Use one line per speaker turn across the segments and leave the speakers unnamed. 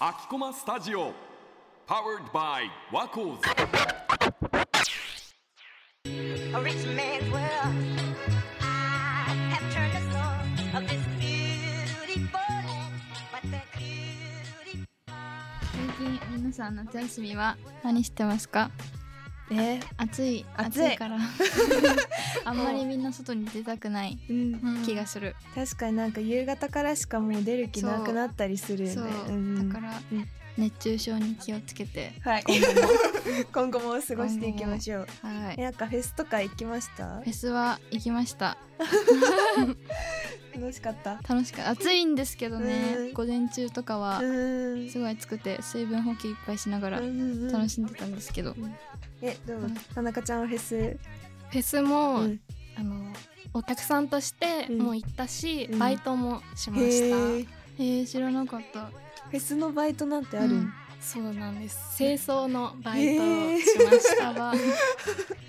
アキコマスタジオ Powered by ワコーズ
a rich man's world. I have turned the soul of this beautiful land, but that beautiful.
最近皆さん夏休みは何してますか
え
暑い
暑
暑
い
い からあんまりみんな外に出たくない
うん、
気がする、
確かになんか夕方からしかもう出る気なくなったりするよね
そう、
ん、
だから
うん
熱中症に気をつけて
はい今後も過ごしていきましょう
はい
えなんかフェスとか行きました
フェスは行きました
楽しかった
楽しかった暑いんですけどね、
うん
午前中とかは
うんうん
すごい暑くて水分補給いっぱいしながら
うん
楽しんでたんですけど、
えどう
うん
田中ちゃんはフェス
フェスも、
うん
あのお客さんとして
うん
もう行ったし、
うん
バイトもしまし
へ
た、
ーフ
えー、知らなかった
ェスのバイトなんてある
うんん
そうなんです清掃のバイト
へ
を
ー
しました、
やば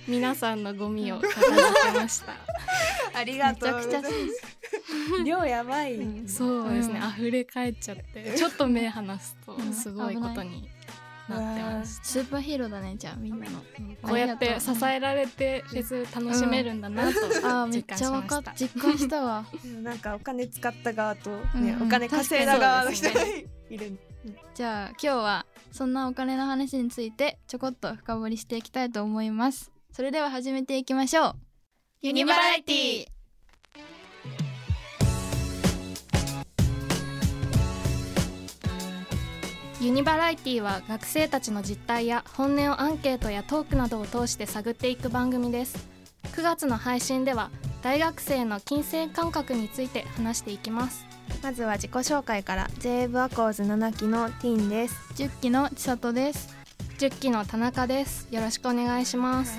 皆さんのゴミを片付けました
あり
めちゃくちゃ
量やばい
そうですね、
うん
溢れ返っちゃってちょっと目離すと
ん
すごいことになってました
スーパーヒーローだねじゃあみんなの
こうやって支えられて
う
フ
ん
ェス楽しめるんだなと
あーめ
実
っ
感
ち
し
ゃわ
ま
かっ
した。
実感したわ
なんかお金使った側とね
うん
お金稼いだ側の人
確
がいる
じゃあ今日はそんなお金の話についてちょこっと深掘りしていきたいと思いますそれでは始めていきましょうユ
ニバラエティユニバラエティは学生たちの実態や本音をアンケートやトークなどを通して探っていく番組です9月の配信では大学生の金銭感覚について話していきます
まずは自己紹介から j ブアコーズ7期のティーンです
10期の千里です
10期の田中ですよろしくお願いします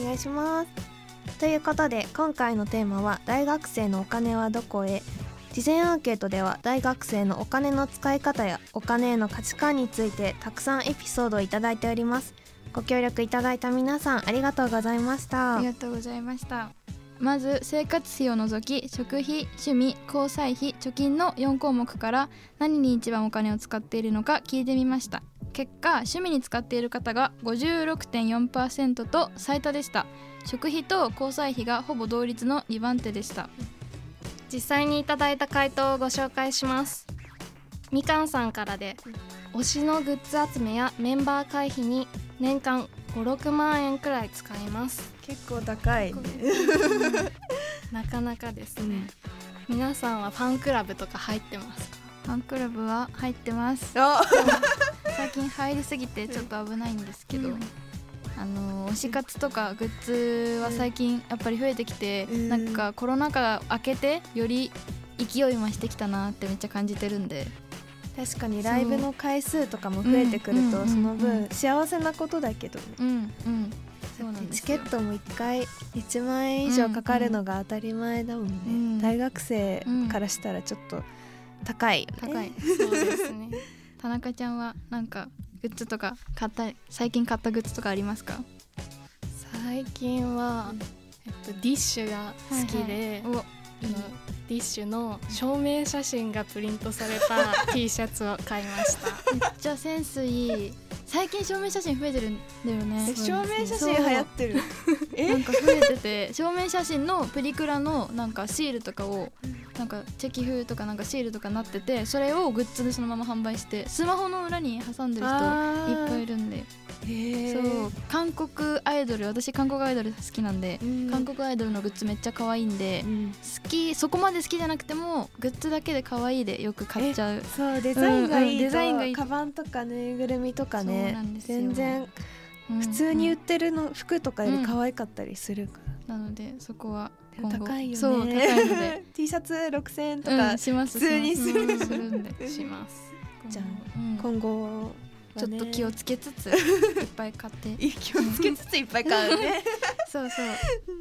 お願いしますということで今回のテーマは大学生のお金はどこへ事前アンケートでは大学生のお金の使い方やお金への価値観についてたくさんエピソードをいただいておりますご協力いただいた皆さんありがとうございました
ありがとうございましたまず生活費を除き食費趣味交際費貯金の4項目から何に一番お金を使っているのか聞いてみました結果趣味に使っている方が56.4%と最多でした食費と交際費がほぼ同率の2番手でした
実際にいただいた回答をご紹介しますみかんさんからで推しのグッズ集めやメンバー会費に年間56万円くらい使います
結構高い、
なかなかですね、皆さんはファンクラブとか入ってますか
ファンクラブは入ってます最近入りすぎてちょっと危ないんですけど、
うん
あの推し活とかグッズは最近やっぱり増えてきて、
うん
なんかコロナ禍明けてより勢い増してきたなってめっちゃ感じてるんで
確かに
ライブの
回数とかも
増えてくるとその分
幸せなことだけど
うんうんそうなんです
チケ
よ
ットも1回1万円以上かかるのが当たり前だもんね、
うん
大学生からしたらちょっと高いよね、
高い
そうですね
田中ちゃんはなんかグッズとか買った最近買ったグッズとかありますか
最近は、えっと、ディッシュが好きで、
お
あのディッシュの証明写真がプリントされた T シャツを買いました
めっちゃセンスいい最近証明写真増えてるんだよね
え証明写真流行ってる
な
え
んか増えてて証明写真のプリクラのなんかシールとかをなんかチェキ風とかなんかシールとかなっててそれをグッズでそのまま販売してスマホの裏に挟んでる人いっ
あー
ぱいいるんで
へー
そう韓国アイドル私韓国アイドル好きなんで
うん
韓国アイドルのグッズめっちゃ可愛いんで
うん
好きそこまで好きじゃなくてもグッズだけで可愛いでよく買っちゃう
そうデザインが
う
いいと、
んデザインがいい
カバンとかぬいぐるみとか
そう
ね
なんですよ
全然
うん
普通に売ってるの服とかより可愛かったりするか
なのでそこは
ら、
今後
高いよね
そう高いので
T シャツ6000円と
う
か
ん、します
普通にす
し
る
ますするんで
します
じゃあ
うん
今後
ちょっと気を
つ
つけつ ついっぱい買って
気をつけつついっぱい買うね
そうそう、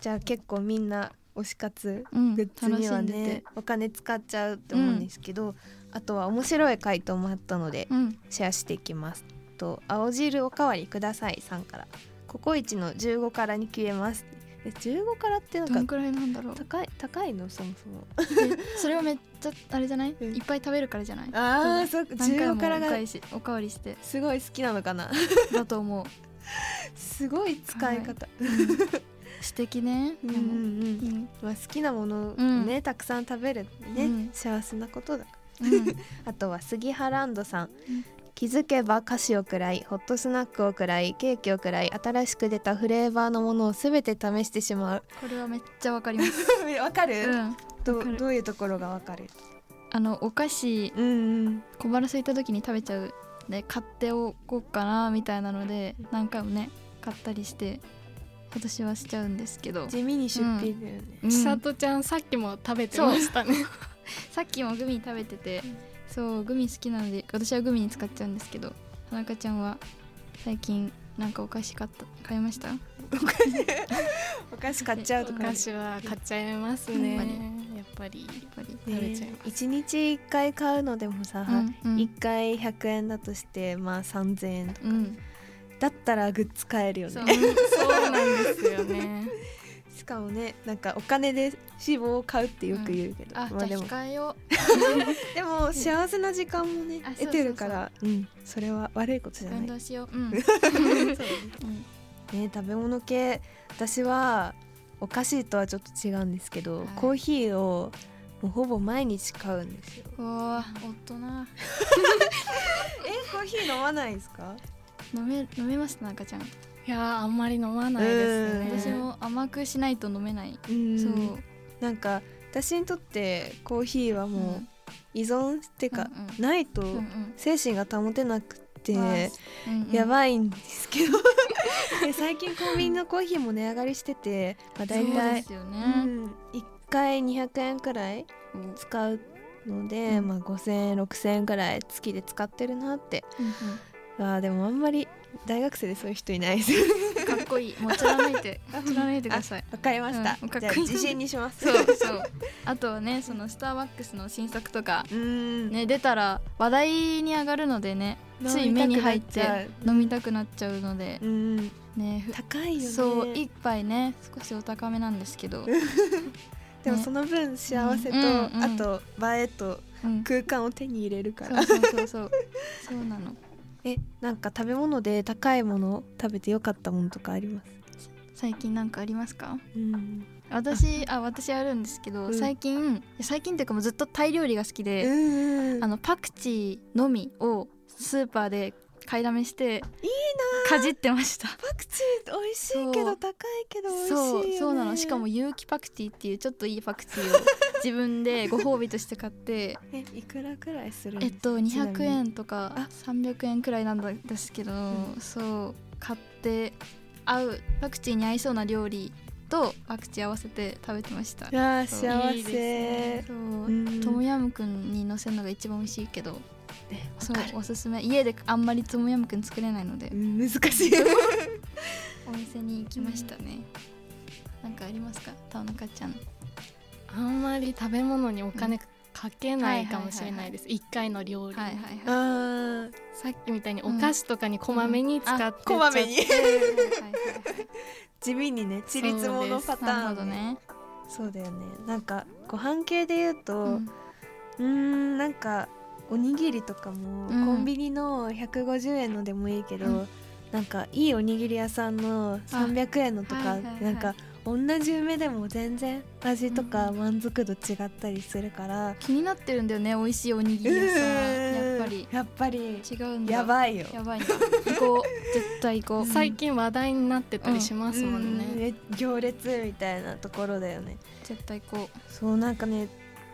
じゃあ結構みんな推し活
うん、
グッズ
楽
に
し
は
んで
ね
て、
お金使っちゃうって思うんですけど、あとは面白い回答もあったので
うん、
シェアしていきますと青汁おかわりくださいさんからココイチの15からに消えますえ15からってな
ど
ん
ん
か
くらいなんだろう
高い高いのそもそも
でそれはめっちゃあれじゃない、
うん
いっぱい食べるからじゃない
ああそっか
何回も
15
お
から
かわ
が
りしおかわり して
すごい好きなのかな
だと思う
すごい使い方、
素敵ね
うん
で
う
も
んうん
うん
まあ、好きなものをね、たくさん食べるね、
うん
幸せなことだ
うん
あとは杉原ンドさん、
うん
気づけば菓子をくらいホットスナックをくらいケーキをくらい新しく出たフレーバーのものをすべて試してしまう
これはめっちゃわかります、
わかる、
うん、わ
ど
かる
どういうところがわかる
あのお菓子
うんうん
小腹空いた時に食べちゃうで買っておこうかなみたいなので何回もね買ったりして私はしちゃうんですけど
地味に出費だよね、
うん
千里ちゃんさっきも食べてましたね
さっきもグミ食べててそうグミ好きなので私はグミに使っちゃうんですけど田中ちゃんは最近なんかお菓子買った買いました
お菓子買っちゃうとか、ね
昔は買っちゃいますね
や
や
っ
っ
ぱ
ぱり
やっぱり、
食べちゃいま
一日一回買うのでもさ、
うんうん
一回100円だとしてまあ3000円とか
うん
だったらグッズ買える よ
そ
ね
うそうなんですよね
しかもねなんかお金で脂肪を買うってよく言うけど、
あ、
まあ
じ
で
ゃあ
も
控えよ
でも幸せな時間もね
あそうそうそう
得てるからうんそれは悪いことじ
う
ゃ
運
ない
動しよううん、
ね食べ物系私はお菓子とはちょっと違うんですけど、
はい
コーヒーをもうほぼ毎日買うんですよ
うん、おー大
えコーヒー飲まないですか
人飲め飲めますなかちゃん
いやーあんまり飲まないですね
うん
私も甘くしないと飲めない、
うん
そう
なんか私にとってコーヒーはもう依存っていうか、
うんうん
ないと
うんうん
精神が保てなくて、
わあうんうん
やばいんです けどで最近コンビニのコーヒーも値上がりしてて、ま
そう
あ、大
で
体
すよ
う
ね、
ん、1回200円くらい
うん
使うので、
うん
まあ、5,000円6,000円くらい月で使ってるなって
う
あーでもあんまり大学生でそういう人いないです
んかっこ いいもう貫いて貫いてください
わかりました、
うんかっ
じ
こ
ゃ
いい
あ自信にします
そうそう あとはねそのスターバックスの新作とか
うーん
ね出たら話題に上がるのでねつい目に入って飲みたくなっちゃうので
う、ん
ねふ
高いよね
そう一杯ね少しお高めなんですけど、
でも
ね
その分幸せと、
うんうんうん
あと映えと
うん、
空間を手に入れるか
そう
ら
そうそうそうそうなの
えなんか食べ物で高いものを食べてよかったものとかあります
最近なんかありますか
うん
私あ私あるんですけど、
うん
最近最近っていうかもうずっとタイ料理が好き
う
で、
んうん
あのパクチーのみをスーパーで買いだめしていいなかじってました
パクチー美味しいけ
そ
ど
う
高いけど美味しい
そ
よ、
う
ね、
そうなのしかも有機パクチーっていうちょっといいパクチ ーを自分でご褒美として買って
えいくらくらいするん
え
で
っ
すか
と
ちなみに
200円とか300円くらいなんですけど、そう買って合うパクチーに合いそうな料理とパクチー合わせて食べてました
あー幸せ
いいで
そう、
ん
トムヤムクンにのせるのが一番美味しいけど
ね
そう
わかる
おすすめ家であんまりトムヤムクン作れないので
うん難 しい
お店に行きましたね、なんかありますか田中ちゃん
あんまり食べ物にお金かけないかもしれないです一回の料理
はいはいはい
あー
さっきみたいにお菓子とかにこまめに使ってちゃって
こまめに
はいはいはい
地味にねちりつものパターン
なるほどね。
そうだよねなんかご飯系で言うと、
うん
うーんなんかおにぎりとかも、
うん
コンビニの150円のでもいいけど、
うん
なんかいいおにぎり屋さんの300円のとか、
はいはいはい
なんか同じ梅でも全然味とか
う
満足度違ったりするから、
気になってるんだよね、美味しいおにぎり屋さん。やっぱり
やっぱり
違うんだ。
や
い。
ばいよ
やばいな。行こう。絶対行こう。
最近話題になってたりしますもんね、
うんえ行列みたいなところだよね
絶対行こ
そうなんかね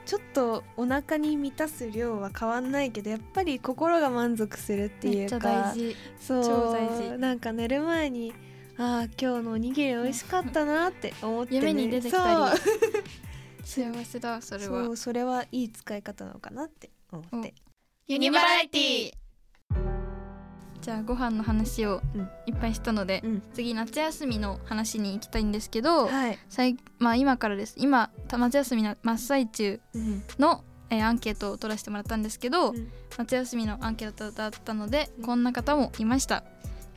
ちょっとお腹に満たす量は変わんないけどやっぱり心が満足するって
う。め
い
っ
う
ちゃ
か
大事。
そう
超大事
なんか寝る前にああ今日のおにぎり美味しかったなって思って、ね、
夢に出てきたり
そう。
幸せだ、それ
そ
は
う。それはいい使い方なのかなって思って
ユ
ニバラエティじゃあご飯の話を
うん
いっぱいしたので、
うん
次夏休みの話に行きたいんですけど、
はい、
最まあ今からです。今た夏休みの真っ最中
うん
の、えーアンケートを取らせてもらったんですけど、
うん
夏休みのアンケートだったのでこんな方もいました、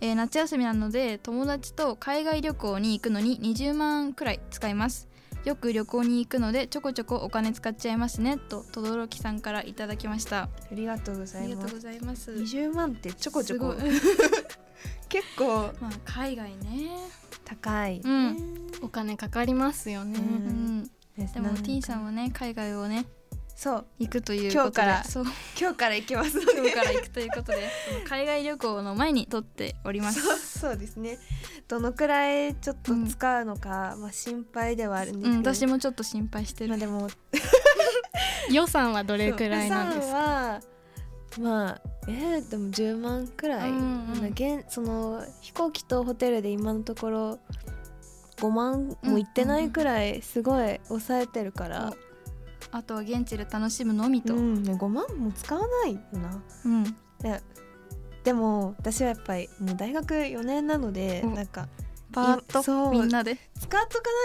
えー夏休みなので友達と海外旅行に行くのに20万くらい使いますよく旅行に行くのでちょこちょこお金使っちゃいますねと轟さんからいただきました
ありがとうござ
あ
い
りが
ま
とうご
す
ざいます
20万ってちょこちょこ
すごい
結構
まあ海外ね
高い、
うん、
お金かかりますよね、
うん
うん、
ね
で
な
も
んか
T さんはね海外をね
そう
行くということで
今日から
そう
今日から行きますの
今日から行くということで その海外旅行の前に撮っておりま
で
す
そうそうですねどのくらいちょっと使うのか、まあ心配ではあるんです
う
け
ん
ど、
私もちょっと心配してる
まあでも
予算はどれくらいなんです
予
か
算はまあえーでも10万くらい、
うんうん
まあ現その飛行機とホテルで今のところ5万もいってないくらいすごい抑えてるから、
あとは現地で楽しむのみと、
うんね5万も使わないよな
うん
ででも私はやっぱりもう大学4年なので
お
なんか
パーッ
そ
と
う
みんなで
使っとか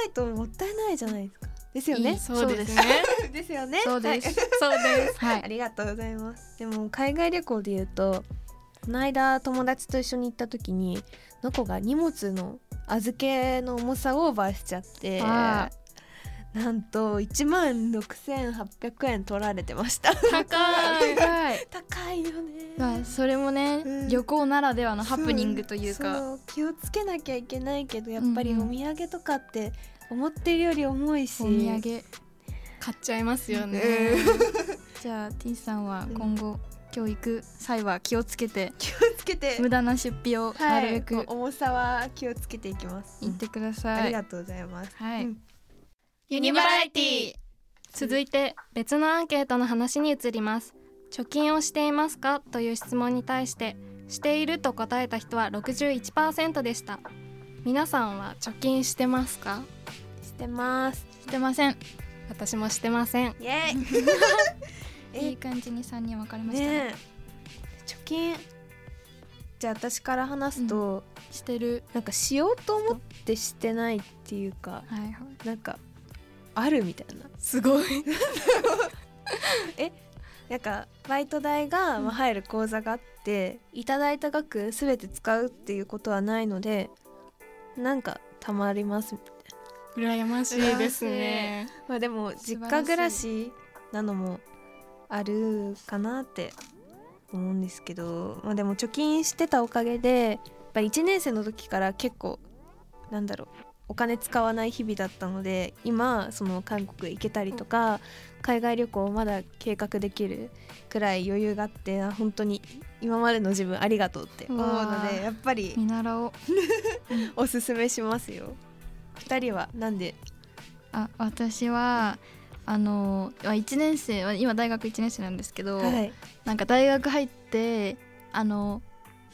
ないともったいないじゃないですかですよね
いい
そうですね
ですよね
そうです
はい
そうです
は
あ
い
りがとうございます。でも海外旅行で言うとこの間友達と一緒に行った時にのこが荷物の預けの重さオーバーしちゃって
あ
なんと1万6800円取られてました
高い
高い
高いよね、
まあそれもね、
うん
旅行ならではのハプニングというか
そう気をつけなきゃいけないけどやっぱり
うんう
お
ん
土産とかって思ってるより重いし
お土産じ
買っちゃいますよね、
ゃあ T さんは今後、今日行く際は気をつけて
気をつけて
無駄な出費をな
は
るべ
い、
く
重さは気をつけていきます、
言ってください、
ありがとうございます
はい
うん
ユニバラエティ続いて別のアンケートの話に移ります貯金をしていますかという質問に対してしていると答えた人は61%でした皆さんは貯金してますか
してます
してません
私もしてません
イエーイえ
いい感じに3人分かれましたね
ねえ貯金じゃあ私から話すと、
してる
なんかしようと思ってしてないっていうか
はいはい
なんかあるみたいな
すご い
なんかバイト代がまあ入る口座があって、いただいた額全て使うっていうことはないのでなんかたまります
羨ましいですね
まあでも
素晴らしい
実家暮らしなのもあるかなって思うんですけど、まあ、でも貯金してたおかげでやっぱり1年生の時から結構なんだろうお金使わない日々だったので今その韓国行けたりとか海外旅行をまだ計画できるくらい余裕があってあ本当に今までの自分ありがとうって思う
うわ
の
ー
でやっぱり
見習おう
おすすめしますよ。二人はなんで
あ私はあのまあ1年生は今大学1年生なんですけど、
はい
なんか大学入ってあの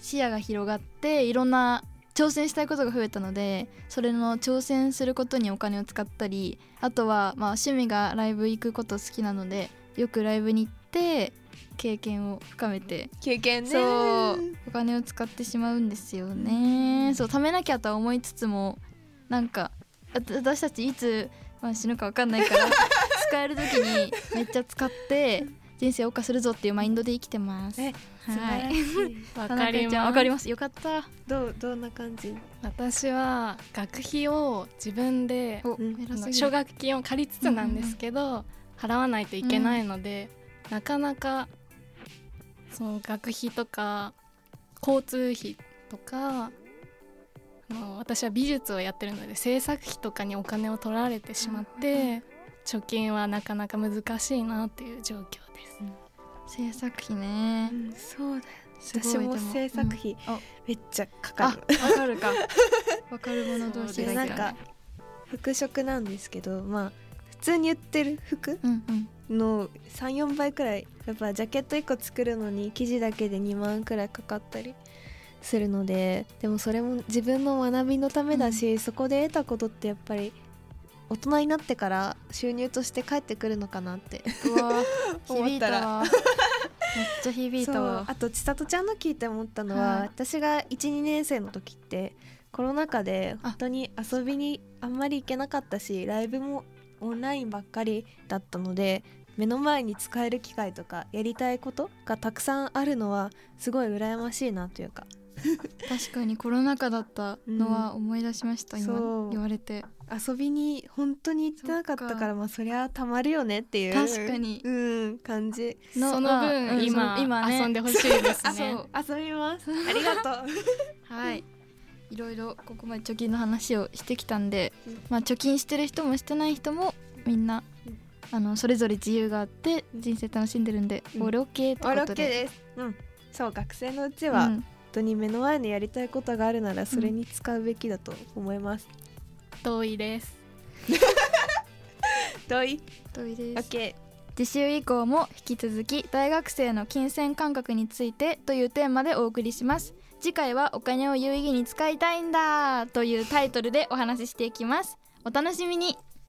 視野が広がっていろんな挑戦したいことが増えたのでそれの挑戦することにお金を使ったりあとはまあ趣味がライブ行くこと好きなのでよくライブに行って経験を深めて
経験ね
そう お金を使ってしまうんですよねそう貯めなきゃとは思いつつもなんかあ私たちいつ、まあ、死ぬか分かんないから 使える時にめっちゃ使って人生を謳歌するぞっていうマインドで生きてます。
え素晴
は
ら
い、
しい。
わ
田中ちゃんわかりますよかった
どうどんな感じ？
私は学費を自分で
お
うん
あ
偉
の
すぎる
奨学金を借りつつなんですけど、払わないといけないので、なかなかその学費とか交通費とかあの私は美術をやってるので制作費とかにお金を取られてしまって、貯金はなかなか難しいなっていう状況です。
制作費ね
そうだよ。
すごい
私も制作費
うんあ
めっちゃか
あ
か
わ
る。
かる かわかるもの同士
で
がい
なん
いから
か
ね
服飾なんですけど、まあ普通に売ってる服
うんうん
の三四倍くらい。やっぱジャケット一個作るのに生地だけで二万くらいかかったり。するのででもそれも自分の学びのためだし、そこで得たことってやっぱり大人になってから収入として返ってくるのかなって
うわ響
思
い
った
た
ら
わめっちゃ響いた
そう
わ
あと千里ちゃんの聞いて思ったのは、
はい
私が12年生の時ってコロナ禍で本当に遊びにあんまり行けなかったしライブもオンラインばっかりだったので目の前に使える機会とかやりたいことがたくさんあるのはすごい羨ましいなというか
確かにコロナ禍だったのは思い出しました、
うんそ
今
う
言われて
遊びに本当に行ってなかったからまあそりゃたまるよねっていう
確かに
うん感じ
の
その
まあう
分
ん
今,、
その今ね
遊んでほしいです
そ
ね
う
遊びます ありがとう
はいいろいろここまで貯金の話をしてきたんで、まあ、貯金してる人もしてない人もみんな
うん
あのそれぞれ自由があって
うん
人生楽しんでるんで
うん
オールオッケーって
オールオ
こ
ッケ
と
ー
で。
ですうんそう学生のうち
で
は本当に目の前にやりたいことがあるならそれに使うべきだと思います、
同意です
同意
同意
オ
で
ッ
す
ケ
次週以降も引き続き大学生の金銭感覚についてというテーマでお送りします次回はお金を有意義に使いたいんだというタイトルでお話ししていきますお楽しみに
ー